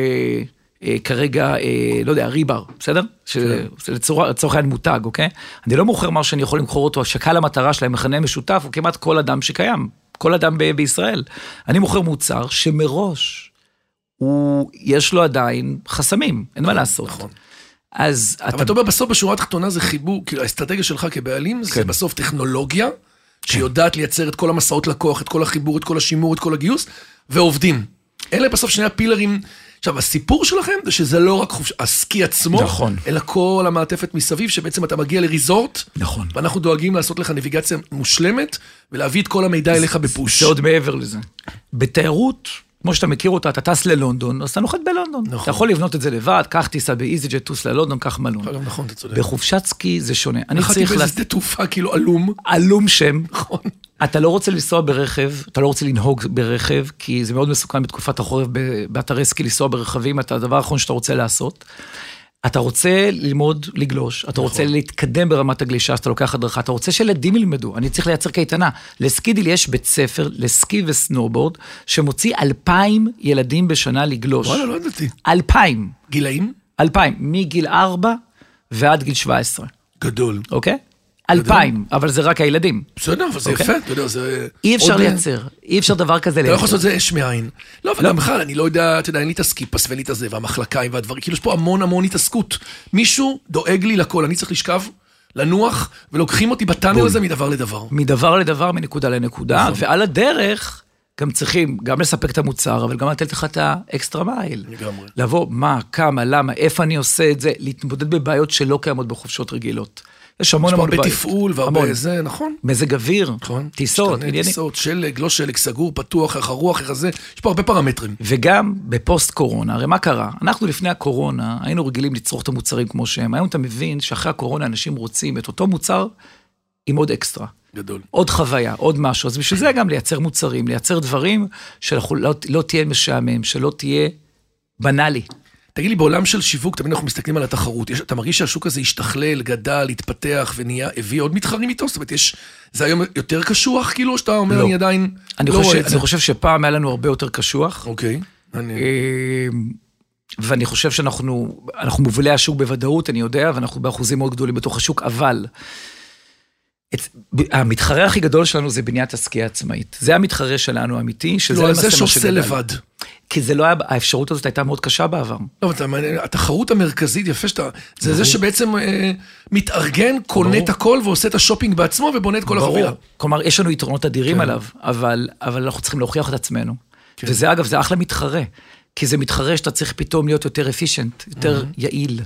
אה, כרגע, אה, לא יודע, ריבר, בסדר? ש-
כן.
שלצורה- לצורך העניין מותג, אוקיי? אני לא מוכר משהו שאני יכול למכור אותו, שקהל המטרה שלהם, מכנה משותף, הוא כמעט כל אדם שקיים, כל אדם ב- בישראל. אני מוכר מוצר שמראש, הוא, יש לו עדיין חסמים, אין מה לעשות.
נכון.
אז
אבל
אתה...
אתה אומר, בסוף בשורה התחתונה זה חיבור, כאילו האסטרטגיה שלך כבעלים, זה
כן.
בסוף טכנולוגיה, שיודעת לייצר את כל המסעות לקוח, את כל החיבור, את כל השימור, את כל הגיוס, ועובדים. אלה בסוף שני הפילרים. עכשיו, הסיפור שלכם זה שזה לא רק חופש, הסקי עצמו,
נכון.
אלא כל המעטפת מסביב, שבעצם אתה מגיע לריזורט,
נכון.
ואנחנו דואגים לעשות לך נביגציה מושלמת, ולהביא את כל המידע אליך בפוש.
זה עוד מעבר לזה. בתיירות, כמו שאתה מכיר אותה, אתה טס ללונדון, אז אתה נוחת בלונדון.
נכון.
אתה יכול לבנות את זה לבד, קח טיסה באיזי ג'ט, טוס ללונדון, קח מלון.
אגב, נכון, אתה צודק.
בחופשת סקי זה שונה. אני
נחתי
צריך
באיזה
לה...
שדה תעופה, כאילו, עלום.
עלום שם.
נכון.
אתה לא רוצה לנסוע ברכב, אתה לא רוצה לנהוג ברכב, כי זה מאוד מסוכן בתקופת החורף ב- באתרי סקי לנסוע ברכבים, אתה הדבר האחרון שאתה רוצה לעשות. אתה רוצה ללמוד לגלוש,
נכון.
אתה רוצה להתקדם ברמת הגלישה, שאתה לוקח הדרכה, אתה רוצה שילדים ילמדו, אני צריך לייצר קייטנה. לסקידיל יש בית ספר לסקי וסנובורד, שמוציא אלפיים ילדים בשנה לגלוש.
וואלה, לא ידעתי.
אלפיים,
גילאים?
אלפיים, מגיל ארבע ועד גיל 17,
גדול.
אוקיי? אלפיים, אבל זה רק הילדים.
בסדר, אבל זה
אוקיי.
יפה, אתה יודע, זה...
אי אפשר
עוד- אה,
לייצר, אי אפשר דבר כזה
אתה לא
לייצר.
יכול לעשות את זה אש מאין. לא, אבל גם בכלל, אני לא יודע, אתה יודע, אין לי את הסקיפס ואין לי את הזה, והמחלקיים והדברים, כאילו יש פה המון המון התעסקות. מישהו דואג לי לכל, אני צריך לשכב, לנוח, ולוקחים אותי בטאנל הזה מדבר לדבר.
מדבר לדבר, מנקודה לנקודה, ועל הדרך גם צריכים גם לספק את המוצר, אבל גם לתת לך את האקסטרה מייל.
לגמרי.
לבוא, מה, כמה, למה, איפה אני עושה את זה, להתמודד בבעיות שלא קיימות בחופשות רגילות. יש המון
יש פה
המון
הרבה
בעיות.
תפעול
המון.
והרבה זה, נכון?
מזג אוויר,
נכון.
טיסות,
משתנה,
עניינים.
טיסות, שלג, לא שלג, סגור, פתוח, איך הרוח, איך הזה, יש פה הרבה פרמטרים.
וגם בפוסט קורונה, הרי מה קרה? אנחנו לפני הקורונה היינו רגילים לצרוך את המוצרים כמו שהם, היום אתה מבין שאחרי הקורונה אנשים רוצים את אותו מוצר עם עוד אקסטרה.
גדול.
עוד חוויה, עוד משהו. אז בשביל זה גם לייצר מוצרים, לייצר דברים שאנחנו לא, לא תהיה משעמם, שלא תהיה בנאלי.
תגיד לי, בעולם של שיווק, תמיד אנחנו מסתכלים על התחרות. יש, אתה מרגיש שהשוק הזה השתכלל, גדל, התפתח ונהיה, הביא עוד מתחרים איתו? זאת אומרת, יש... זה היום יותר קשוח, כאילו, או שאתה אומר,
לא.
אני עדיין...
אני,
לא
חושב,
רואה את זה"?
אני חושב שפעם היה לנו הרבה יותר קשוח,
אוקיי. אני...
אמ, ואני חושב שאנחנו אנחנו מובילי השוק בוודאות, אני יודע, ואנחנו באחוזים מאוד גדולים בתוך השוק, אבל... את, ב- המתחרה הכי גדול שלנו זה בניית הסקי העצמאית. זה המתחרה שלנו האמיתי, שזה
לא, על
למעשה
זה
מה
שעושה
שגדל.
לבד.
כי זה לא היה, האפשרות הזאת הייתה מאוד קשה בעבר.
לא, אבל אתה מעניין, התחרות המרכזית, יפה שאתה... זה זה שבעצם אה, מתארגן, קונה
ברור.
את הכל ועושה את השופינג בעצמו ובונה את כל
ברור.
החבילה. כן.
כלומר, יש לנו יתרונות אדירים עליו, אבל, אבל אנחנו צריכים להוכיח את עצמנו. וזה, אגב, זה אחלה מתחרה, כי זה מתחרה שאתה צריך פתאום להיות יותר אפישנט, יותר יעיל.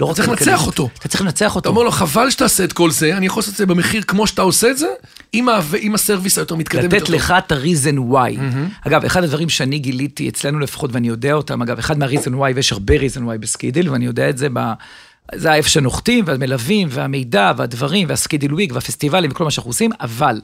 לא רק
צריך
כלכלית.
לנצח אותו.
אתה צריך לנצח
אתה
אותו.
אומר לו, חבל שתעשה את כל זה, אני יכול לעשות את זה במחיר כמו שאתה עושה את זה, עם, ה... עם הסרוויס היותר מתקדם.
לתת
יותר Mm-hmm. טוב.
לך את ה-reason why. אגב, אחד הדברים שאני גיליתי, אצלנו לפחות, ואני יודע אותם, אגב, אחד מה-reason why, ויש הרבה reason why בסקידיל, ואני יודע את זה ב... זה האיפה שנוחתים, והמלווים, והמידע, והדברים, והסקידיל וויק, והפסטיבלים, וכל מה שאנחנו עושים, אבל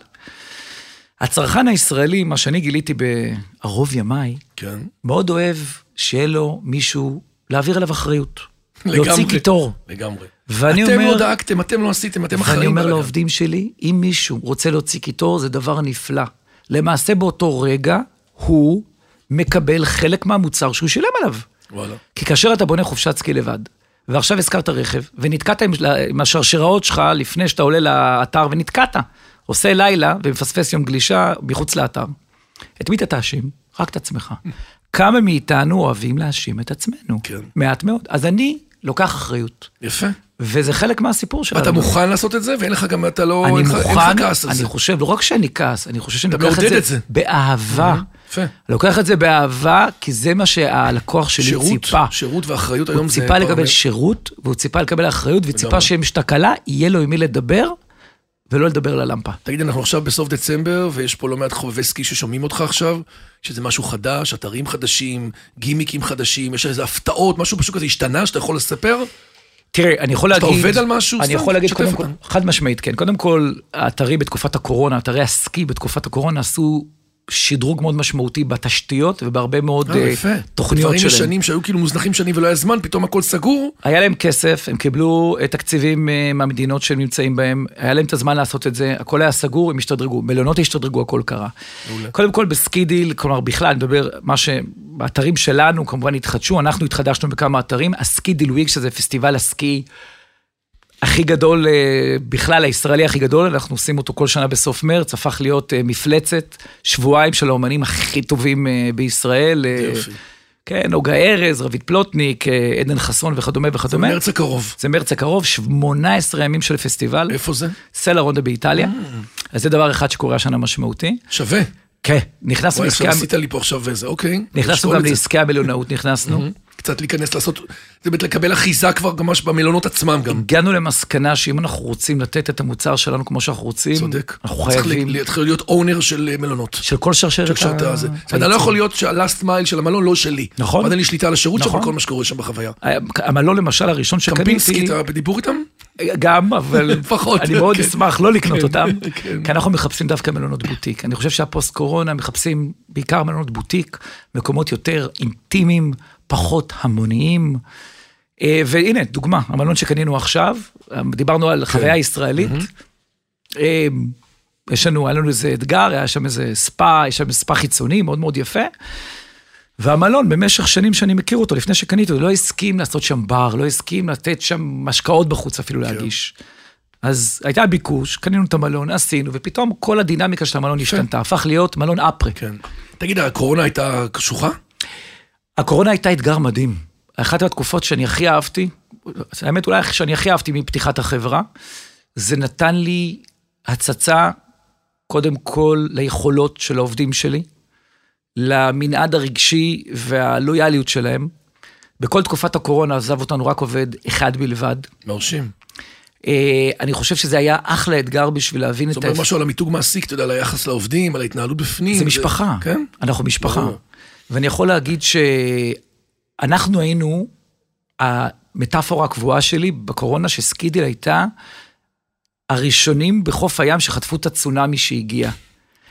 הצרכן הישראלי, מה שאני גיליתי בערוב ימיי,
כן.
מאוד אוהב שיהיה לו מישהו להעביר אליו אחריות.
לגמרי.
להוציא קיטור.
לגמרי.
ואני
אתם
אומר-
לא דאגתם, אתם לא עשיתם, אתם אחראים.
ואני אומר
ברגע.
לעובדים שלי, אם מישהו רוצה להוציא קיטור, זה דבר נפלא. למעשה באותו רגע, הוא מקבל חלק מהמוצר שהוא שילם עליו.
וואלה.
כי כאשר אתה בונה חופשת סקי לבד, ועכשיו הזכרת רכב, ונתקעת עם, עם השרשראות שלך לפני שאתה עולה לאתר, ונתקעת, עושה לילה ומפספס יום גלישה מחוץ לאתר. את מי אתה תאשים? רק את עצמך. כמה מאיתנו אוהבים להאשים את עצמנו?
כן.
מעט מאוד. אז אני לוקח אחריות,
יפה.
וזה חלק מהסיפור שלנו.
אתה מוכן לעשות את זה, ואין לך גם, אתה לא...
לא. אני
אין לך- אין לך
מוכן,
כעס על
אני
זה.
חושב, לא רק שאני כעס, אני חושב שאני
אתה
לוקח
מעודד
את
את זה.
זה באהבה.
יפה.
לוקח את זה באהבה, כי זה מה שהלקוח שלי
שירות,
ציפה.
שירות ואחריות היום
הוא
זה...
ציפה לקבל
פרמטר.
שירות, והוא ציפה לקבל אחריות, וציפה
לגמרי.
שאם יש תקלה, יהיה לו עם מי לדבר, ולא לדבר ללמפה.
תגיד, אנחנו עכשיו בסוף דצמבר, ויש פה לא מעט חובבי סקי ששומעים אותך עכשיו, שזה משהו חדש, אתרים חדשים, גימיקים חדשים, יש איזה הפתעות, משהו בשוק הזה השתנה שאתה יכול לספר?
תראה, אני יכול
שאתה
להגיד...
עובד על משהו?
אני
סתם,
יכול להגיד,
שתף
קודם כל,
אותנו.
חד משמעית, כן. קודם כל, האתרים בתקופת הקורונה, אתרי הסקי בתקופת הקורונה עשו שדרוג מאוד משמעותי בתשתיות ובהרבה מאוד
אה,
אה,
יפה.
תוכניות
דברים
שלהם.
ישנים שהיו כאילו מוזנחים שנים ולא היה זמן, פתאום הכל סגור.
היה להם כסף, הם קיבלו אה, תקציבים אה, מהמדינות שהם נמצאים בהם, היה להם את הזמן לעשות את זה, הכל היה סגור, הם השתדרגו, מלונות השתדרגו, הכל קרה. קודם כל בסקידיל, כלומר בכלל, אני מדבר, מה ש... האתרים שלנו כמובן התחדשו, אנחנו התחדשנו בכמה אתרים, הסקידיל וויק, שזה פסטיבל הסקי הכי גדול, אה, בכלל הישראלי הכי גדול, אנחנו עושים אותו כל שנה בסוף מרץ, הפך להיות אה, מפלצת, שבועיים של האומנים הכי טובים אה, בישראל. אה,
יופי.
כן, נוגה ארז, רביד פלוטניק, אה, עדן חסון וכדומה וכדומה.
מרץ הקרוב.
זה מרץ הקרוב, 18 ימים של פסטיבל,
איפה אה. זה?
סלע רונדה באיטליה. אז זה דבר אחד שקורה השנה משמעותי.
שווה.
כן, נכנסנו
וואי,
לעסקי
עכשיו
המ-
עשית לי פה עכשיו איזה, אוקיי.
נכנסנו
נשקול
גם
את זה.
לעסקי המלונאות, נכנסנו.
קצת להיכנס, לעשות, זה באמת לקבל אחיזה כבר ממש במלונות עצמם גם.
הגענו למסקנה שאם אנחנו רוצים לתת את המוצר שלנו כמו שאנחנו רוצים,
צודק.
אנחנו
צריך
חייבים,
ל- להתחיל להיות אונר של אה, מלונות.
של כל שרשרת
שרשרת
ה-
הזה. זאת אומרת, אני לא
הייצור.
יכול להיות שהלאסט מייל של המלון לא שלי.
נכון.
אבל אין לי שליטה על השירות שלך
נכון.
וכל מה שקורה שם בחוויה.
המלון למשל הראשון
קמפינסקי,
שקניתי,
אתה בדיבור איתם?
גם, אבל
פחות,
אני מאוד
כן.
אשמח לא לקנות אותם,
כן.
כי אנחנו מחפשים דווקא מלונות בוטיק. אני חושב שהפוסט קורונה מחפשים בעיקר מלונות בוטיק, מקומות יותר אינטימיים, פחות המוניים. אה, והנה, דוגמה, המלון שקנינו עכשיו, דיברנו על
כן.
חוויה ישראלית. אה, יש לנו, היה לנו איזה אתגר, היה שם איזה ספא, יש שם ספא חיצוני מאוד מאוד יפה. והמלון, במשך שנים שאני מכיר אותו, לפני שקניתי אותו, לא הסכים לעשות שם בר, לא הסכים לתת שם משקאות בחוץ אפילו להגיש. אז הייתה ביקוש, קנינו את המלון, עשינו, ופתאום כל הדינמיקה של המלון השתנתה, הפך להיות מלון אפרה.
כן. תגיד, הקורונה הייתה קשוחה?
הקורונה הייתה אתגר מדהים. אחת התקופות שאני הכי אהבתי, האמת אולי שאני הכי אהבתי מפתיחת החברה, זה נתן לי הצצה, קודם כל, ליכולות של העובדים שלי, למנעד הרגשי והלויאליות שלהם. בכל תקופת הקורונה עזב אותנו רק עובד אחד בלבד.
מרשים.
אה, אני חושב שזה היה אחלה אתגר בשביל להבין את
זה אומר משהו על המיתוג מעסיק, אתה יודע, על היחס לעובדים, על ההתנהלות בפנים.
זה משפחה.
כן?
אנחנו משפחה.
ברור.
ואני יכול להגיד שאנחנו היינו, המטאפורה הקבועה שלי בקורונה, שסקידיל הייתה הראשונים בחוף הים שחטפו את הצונאמי שהגיע.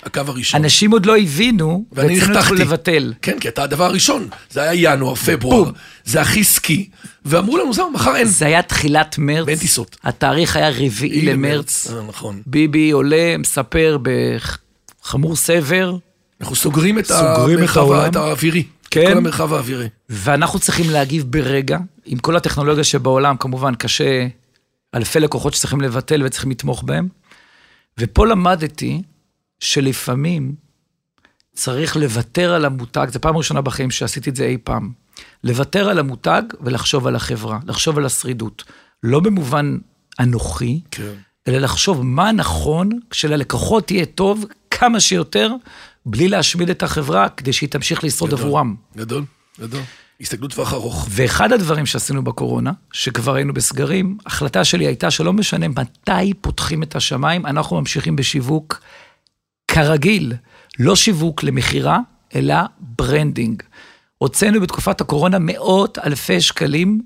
הקו הראשון.
אנשים עוד לא הבינו,
ואני
ורצינו
נחתכתי.
לבטל.
כן, כי אתה הדבר הראשון. זה היה ינואר, פברואר,
בום.
זה הכי סקי, ואמרו לנו, זהו, מחר אין.
זה היה תחילת מרץ.
כן. ואין טיסות.
התאריך היה רביעי למרץ.
אה, נכון.
ביבי עולה, מספר בחמור סבר,
אנחנו סוגרים את
סוגרים את
המרחב ה-
העולם.
את האווירי.
כן.
כל המרחב האווירי.
ואנחנו צריכים להגיב ברגע, עם כל הטכנולוגיה שבעולם, כמובן, קשה, אלפי לקוחות שצריכים לבטל וצריכים לתמוך בהם. ופה למדתי שלפעמים צריך לוותר על המותג, זו פעם ראשונה בחיים שעשיתי את זה אי פעם, לוותר על המותג ולחשוב על החברה, לחשוב על השרידות. לא במובן אנוכי,
כן.
אלא לחשוב מה נכון כשללקוחות יהיה טוב כמה שיותר, בלי להשמיד את החברה, כדי שהיא תמשיך לשרוד עבורם.
גדול, גדול. הסתכלות טווח ארוך.
ואחד הדברים שעשינו בקורונה, שכבר היינו בסגרים, החלטה שלי הייתה שלא משנה מתי פותחים את השמיים, אנחנו ממשיכים בשיווק כרגיל, לא שיווק למכירה, אלא ברנדינג. הוצאנו בתקופת הקורונה מאות אלפי שקלים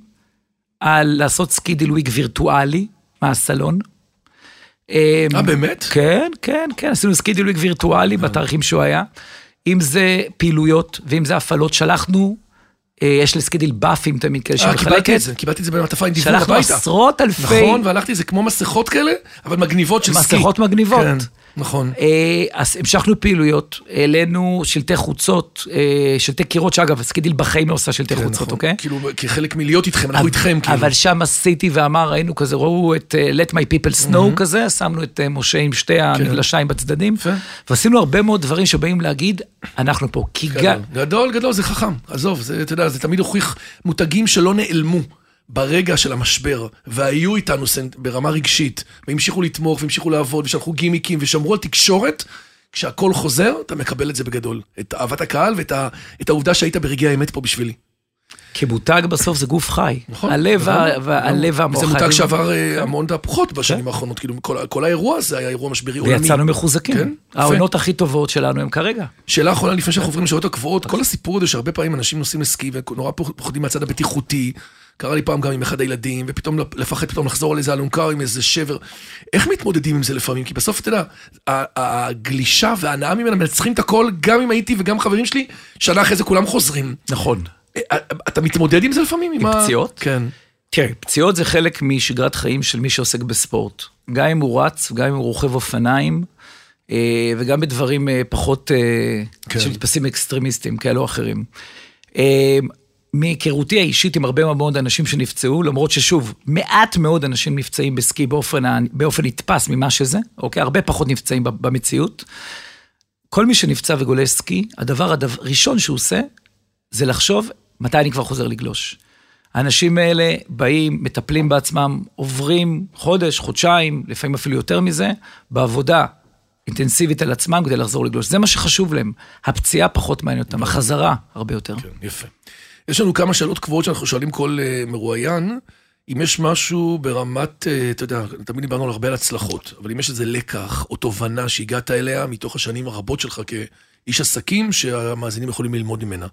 על לעשות סקי דילוויג וירטואלי מהסלון. אמ,
אה, באמת?
כן, כן, כן, עשינו סקי דילוג וירטואלי
כן.
בתאריכים שהוא היה. אם זה פעילויות ואם זה הפעלות, שלחנו, אה, יש לסקידיל באפים תמיד כאלה
אה, קיבלתי
שמחלקת,
את זה, קיבלתי את זה במעטפה עם דיוור
שלחנו
הביתה.
עשרות אלפי
נכון, והלכתי, זה כמו מסכות כאלה, אבל מגניבות של סקי.
מסכות מגניבות.
כן, נכון.
אה, אז המשכנו פעילויות, העלינו שלטי חוצות, אה, שלטי קירות, שאגב, הסקידיל בחיים לא עושה שלטי
כן,
חוצות,
נכון.
אוקיי?
כאילו, כחלק מלהיות איתכם, אנחנו איתכם, כאילו.
אבל שם עשיתי ואמר, ראינו כזה, ראו את אה, Let My People Snow כזה, שמנו את אה, משה עם שתי המגלשיים בצדדים,
Mm-hmm. כן. יפה.
ועשינו הרבה מאוד דברים שבאים להגיד, אנחנו פה. כי גם...
גדול, גדול, גדול, זה חכם. עזוב, זה, אתה יודע, זה תמיד הוכיח מותגים שלא נעלמו ברגע של המשבר, והיו איתנו סנ- ברמה רגשית, והמשיכו לתמוך, והמשיכו לעבוד, ושלחו גימיקים, ושמרו על תקשורת. כשהכול חוזר, אתה מקבל את זה בגדול. את אהבת הקהל ואת ה, את העובדה שהיית ברגעי האמת פה בשבילי.
כי מותג בסוף זה גוף חי.
נכון,
הלב
נכון,
וה- וה- הלב כן. והמוח.
זה מותג
חייבים-
שעבר אה, המון תהפוכות בשנים האחרונות, כאילו כל, כל האירוע הזה היה אירוע משברי עולמי.
ויצאנו מחוזקים.
כן, יפה.
העונות הכי טובות שלנו הם כרגע.
שאלה אחרונה לפני שאנחנו עוברים לשאלות הקבועות, כל הסיפור הזה שהרבה פעמים אנשים נוסעים לסקי ונורא פוח- פוחדים מהצד הבטיחותי, קרה לי פעם גם עם אחד הילדים, ופתאום לפ- לפחד פתאום לחזור על איזה אלונקה או עם איזה שבר. איך מתמודדים עם זה לפעמים? כי בסוף, אתה יודע, ה- ה- הגלישה וההנאה ממנה מנצחים את הכל, גם אם הייתי וגם חברים שלי, שנה אחרי זה כולם חוזרים.
נכון.
אה, אתה מתמודד עם זה לפעמים? עם ה-
פציעות?
כן.
תראה, פציעות זה חלק משגרת חיים של מי שעוסק בספורט. גם אם הוא רץ, גם אם הוא רוכב אופניים, אה, וגם בדברים אה, פחות, אה,
כן.
שנתפסים אקסטרימיסטים כאלו או אחרים. אה, מהיכרותי האישית עם הרבה מאוד אנשים שנפצעו, למרות ששוב, מעט מאוד אנשים נפצעים בסקי באופן, ה- באופן נתפס ממה שזה, אוקיי? הרבה פחות נפצעים ב- במציאות. כל מי שנפצע וגולש סקי, הדבר הראשון שהוא עושה, זה לחשוב מתי אני כבר חוזר לגלוש. האנשים האלה באים, מטפלים בעצמם, עוברים חודש, חודשיים, לפעמים אפילו יותר מזה, בעבודה אינטנסיבית על עצמם כדי לחזור לגלוש. זה מה שחשוב להם. הפציעה פחות מעניינת אותם, החזרה הרבה יותר.
כן, יפה. יש לנו כמה שאלות קבועות שאנחנו שואלים כל אה, מרואיין. אם יש משהו ברמת, אה, אתה יודע, תמיד דיברנו על הרבה על הצלחות, אבל אם יש איזה לקח או תובנה שהגעת אליה מתוך השנים הרבות שלך כאיש עסקים, שהמאזינים יכולים ללמוד ממנה.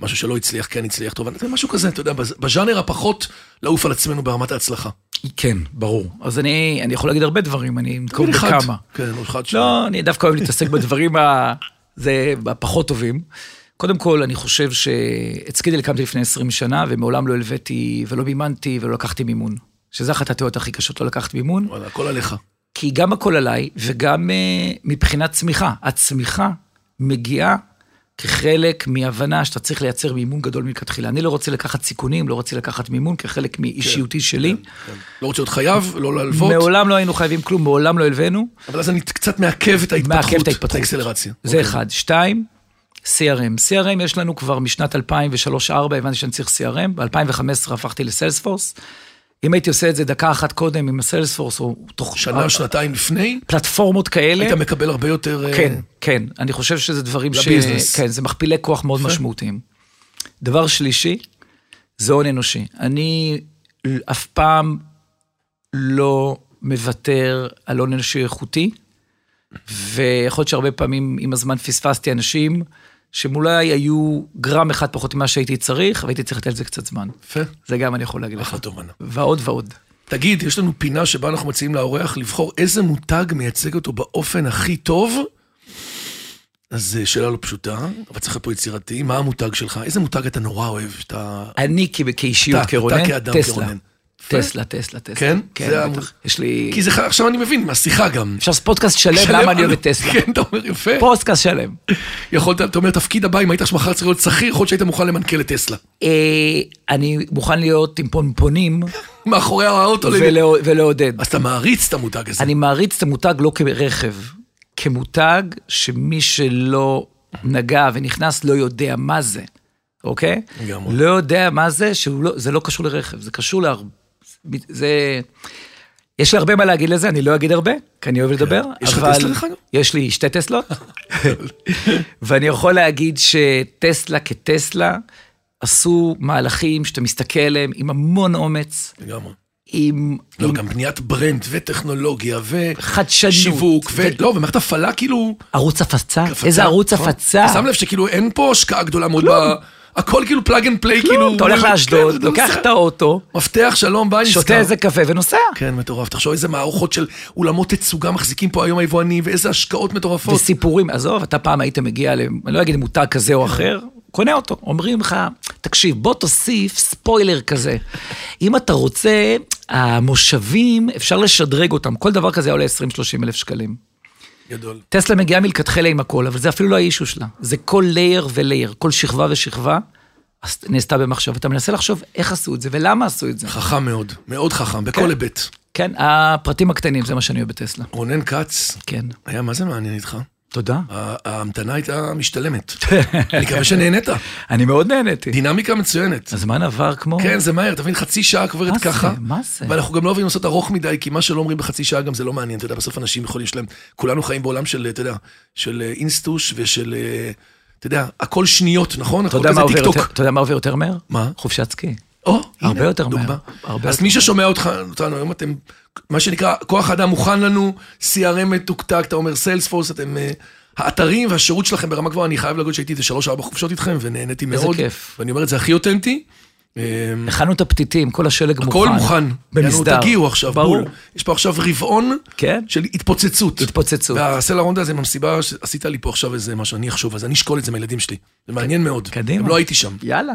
משהו שלא הצליח, כן הצליח, תובנה, זה משהו כזה, אתה יודע, בז- בז'אנר הפחות לעוף על עצמנו ברמת ההצלחה.
כן, ברור. אז אני, אני יכול להגיד הרבה דברים, אני אנקוב
תגיד אחד.
בכמה.
כן, או אחד שניים.
לא, אני דווקא אוהב להתעסק בדברים ה... זה, הפחות טובים. קודם כל, אני חושב שאת סקידל הקמתי לפני 20 שנה, ומעולם לא הלוויתי ולא מימנתי ולא לקחתי מימון. שזו אחת התיאוריות הכי קשות, לא לקחת מימון.
וואלה, הכל עליך.
כי גם הכל עליי, וגם אה, מבחינת צמיחה. הצמיחה מגיעה כחלק מהבנה שאתה צריך לייצר מימון גדול מלכתחילה. אני לא רוצה לקחת סיכונים, לא רוצה לקחת מימון כחלק מאישיותי שלי.
כן. לא רוצה להיות חייב, לא להלוות,
מעולם לא היינו חייבים כלום, מעולם לא הלווינו.
אבל אז אני קצת מעכב את ההתפתחות.
מעכב את ההתפתחות.
האקסלרציה. אוקיי.
זה אחד. שתיים, CRM. CRM יש לנו כבר משנת 2003-2004, הבנתי שאני צריך CRM, ב-2015 הפכתי לסיילספורס. אם הייתי עושה את זה דקה אחת קודם עם הסיילספורס, או תוך...
שנה, שנתיים לפני,
פלטפורמות כאלה.
היית מקבל הרבה יותר... אה,
כן, כן. אני חושב שזה דברים ש...
לביזנס.
כן, זה מכפילי כוח מאוד משמעותיים. דבר שלישי, זה הון אנושי. אני אף פעם לא מוותר על הון אנושי איכותי, ויכול להיות שהרבה פעמים עם הזמן פספסתי אנשים שהם אולי היו גרם אחד פחות ממה שהייתי צריך, והייתי צריך לתת לזה קצת זמן.
יפה,
זה גם אני יכול להגיד לך.
אחלה תובנה.
ועוד ועוד.
תגיד, יש לנו פינה שבה אנחנו מציעים לאורח לבחור איזה מותג מייצג אותו באופן הכי טוב? אז אה, שאלה לא פשוטה, אבל צריך להיות פה יצירתי. מה המותג שלך? איזה מותג אתה נורא אוהב? שאתה...
אני כ- כאישיות,
אתה-
כרונן,
אתה כאדם,
טסלה.
כרונן.
טסלה, טסלה, טסלה.
כן? זה
כן,
המ-
בטח. יש לי...
כי זה ח- עכשיו אני מבין, מהשיחה גם.
אפשר לעשות פודקאסט שלם,
שלם
למה אני
על-
אוהב את טסלה.
כן, אתה אומר, יפה.
פודקאסט שלם.
יכולת, אתה אומר, תפקיד הבא, אם היית שמחר צריך להיות שכיר, יכול להיות שהיית מוכן למנכ"ל את טסלה.
אה, אני מוכן להיות עם פונפונים
מאחורי האוטו. ל-
ולא- ולעודד.
אז אתה מעריץ את המותג הזה.
אני מעריץ את המותג לא כרכב, כמותג שמי שלא נגע ונכנס לא יודע מה זה, אוקיי?
לגמרי.
לא יודע מה זה, שהוא לא- זה לא קשור לרכב, זה קשור להרבה... זה... יש לי הרבה מה להגיד לזה, אני לא אגיד הרבה, כי אני אוהב לדבר,
כן. יש לך
אבל...
טסלה, דרך אגב?
יש לי שתי טסלות, ואני יכול להגיד שטסלה כטסלה עשו מהלכים שאתה מסתכל עליהם עם המון אומץ,
לגמרי.
עם...
לא,
עם
גם בניית ברנד וטכנולוגיה ו...
חדשנות.
שיווק, ו... לא, ומערכת הפעלה כאילו...
ערוץ הפצה?
הפצה,
איזה ערוץ
נכון?
הפצה?
אתה שם לב שכאילו אין פה השקעה גדולה מאוד, ב- הכל כאילו פלאג אנד פליי, כאילו...
כלום, אתה הולך
כן,
לאשדוד,
אתה
לוקח
נוסע.
את האוטו,
מפתח, שלום, ביי, נזכר.
שותה איזה קפה ונוסע.
כן, מטורף. תחשוב איזה מערכות של אולמות תצוגה מחזיקים פה היום היבואנים, ואיזה השקעות מטורפות.
וסיפורים, עזוב, אתה פעם היית מגיע, ל- אני לא אגיד למותג כזה
כן.
או אחר, קונה אותו. אומרים לך, תקשיב, בוא תוסיף ספוילר כזה. אם אתה רוצה, המושבים, אפשר לשדרג אותם. כל דבר כזה עולה 20-30 אלף שקלים.
גדול.
טסלה מגיעה מלכתחילה עם הכל, אבל זה אפילו לא האישו שלה. זה כל לייר ולייר, כל שכבה ושכבה עש- נעשתה במחשב. אתה מנסה לחשוב איך עשו את זה ולמה עשו את זה.
חכם מאוד, מאוד חכם, בכל
כן.
היבט.
כן, הפרטים הקטנים, זה מה שאני אוהב בטסלה.
רונן כץ,
כן.
היה מה זה מעניין איתך?
תודה.
ה- ההמתנה הייתה משתלמת. אני מקווה שנהנית.
אני מאוד נהניתי.
דינמיקה מצוינת.
הזמן עבר כמו...
כן, זה מהר, אתה מבין, חצי שעה
אוקיי. מה
עוברת
זה?
ככה.
מה זה?
ואנחנו גם לא אוהבים לעשות ארוך מדי, כי מה שלא אומרים בחצי שעה גם זה לא מעניין, אתה יודע, בסוף אנשים יכולים שלהם, כולנו חיים בעולם של, אתה יודע, של אה, אינסטוש ושל, אה, אתה יודע, הכל שניות, נכון?
אתה
הכל
יודע
כזה
מה עובר
טיקטוק.
יותר- אתה יודע מה עובר יותר מהר?
מה?
חופשת סקי.
או, הנה,
הרבה יותר מהר,
דוגמה.
הרבה
אז
יותר
מי ששומע אותך, אותנו היום אתם, מה שנקרא, כוח אדם מוכן לנו, CRM מתוקתק, אתה אומר סיילספורס, אתם... אה, האתרים והשירות שלכם ברמה גבוהה, אני חייב להגיד שהייתי איזה שלוש-ארבע חופשות איתכם, ונהניתי מאוד.
כיף.
ואני אומר את זה הכי אותנטי, אמ,
הכנו את הפתיתים, כל השלג מוכן.
הכל מוכן.
במסדר.
יענו, תגיעו עכשיו,
ברור.
בול. יש פה עכשיו רבעון
כן.
של התפוצצות.
התפוצצות.
והסלע רונדה הזה מהמסיבה, ש- עשית לי פה עכשיו איזה משהו, אני אחשוב על זה, אני אשקול את זה מהילדים שלי. זה מעניין מאוד.
קדימה.
גם לא הייתי שם.
יאללה.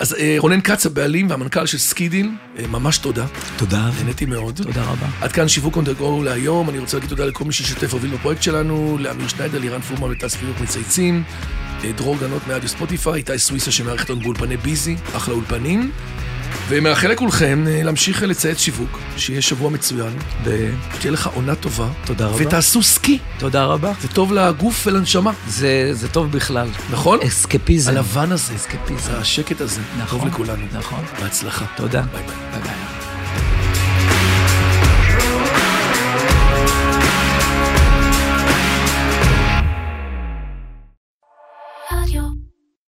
אז אה, רונן כץ, הבעלים והמנכ"ל של סקידיל, אה, ממש תודה.
תודה.
נהניתי מאוד.
תודה רבה.
עד כאן שיווק אונדה גו להיום, אני רוצה להגיד תודה לכל מי ששותף והוביל בפרויקט שלנו, לאמיר שניידר, לירן פורמה וטס פיוק מצייצים, אה, דרור גנות מאדיו ספוטיפיי, איתי סוויסה שמארחת לנו באולפני ביזי, אחלה אולפנים, ומאחל לכולכם אה, להמשיך לציית שיווק, שיהיה שבוע מצוין, שתהיה לך עונה טובה,
תודה רבה.
ותעשו סקי,
תודה רבה.
זה טוב לגוף ולנשמה,
זה, זה טוב בכלל.
נכון?
אסקפיזם.
הלבן הזה, השקט הזה,
נכון.
טוב לכולנו.
נכון.
בהצלחה.
תודה.
ביי ביי.